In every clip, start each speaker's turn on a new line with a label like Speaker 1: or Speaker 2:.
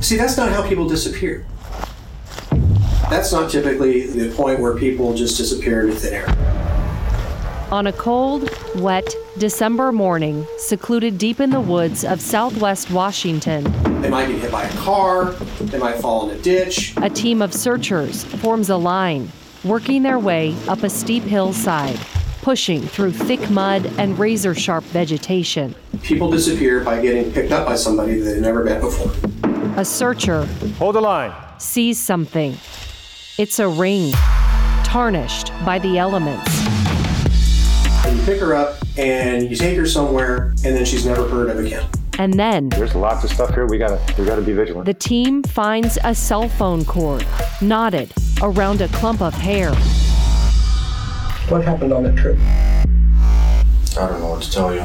Speaker 1: See, that's not how people disappear. That's not typically the point where people just disappear into thin air.
Speaker 2: On a cold, wet December morning, secluded deep in the woods of southwest Washington,
Speaker 1: They might get hit by a car, they might fall in a ditch.
Speaker 2: a team of searchers forms a line, working their way up a steep hillside, pushing through thick mud and razor sharp vegetation.
Speaker 1: People disappear by getting picked up by somebody that they've never met before.
Speaker 2: A searcher
Speaker 3: Hold the line.
Speaker 2: sees something. It's a ring, tarnished by the elements.
Speaker 1: And you pick her up and you take her somewhere, and then she's never heard of again.
Speaker 2: And then
Speaker 3: There's lots of stuff here. We gotta we gotta be vigilant.
Speaker 2: the team finds a cell phone cord knotted around a clump of hair.
Speaker 1: What happened on that trip?
Speaker 4: I don't know what to tell you.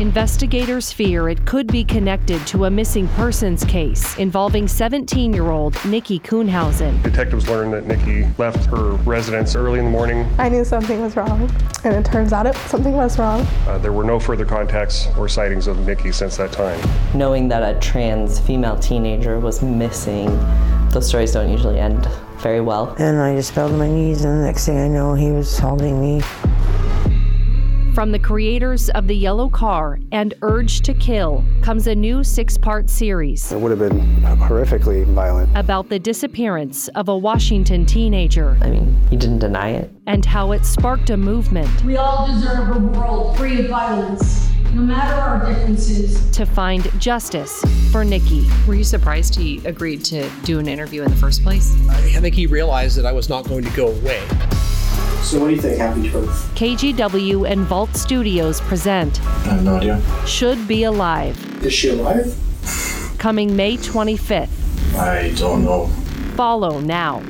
Speaker 2: Investigators fear it could be connected to a missing persons case involving 17 year old Nikki Kuhnhausen.
Speaker 5: Detectives learned that Nikki left her residence early in the morning.
Speaker 6: I knew something was wrong, and it turns out it, something was wrong.
Speaker 5: Uh, there were no further contacts or sightings of Nikki since that time.
Speaker 7: Knowing that a trans female teenager was missing, those stories don't usually end very well.
Speaker 8: And I just fell to my knees, and the next thing I know, he was holding me.
Speaker 2: From the creators of The Yellow Car and Urge to Kill comes a new six part series
Speaker 9: It would have been horrifically violent.
Speaker 2: about the disappearance of a Washington teenager
Speaker 7: I mean, he didn't deny it.
Speaker 2: and how it sparked a movement
Speaker 10: We all deserve a world free of violence, no matter our differences.
Speaker 2: to find justice for Nikki.
Speaker 11: Were you surprised he agreed to do an interview in the first place?
Speaker 12: I think he realized that I was not going to go away.
Speaker 1: So, what do you think happened to her?
Speaker 2: KGW and Vault Studios present
Speaker 4: I have no idea.
Speaker 2: Should Be Alive,
Speaker 1: Is she alive?
Speaker 2: coming May 25th.
Speaker 4: I don't know.
Speaker 2: Follow now.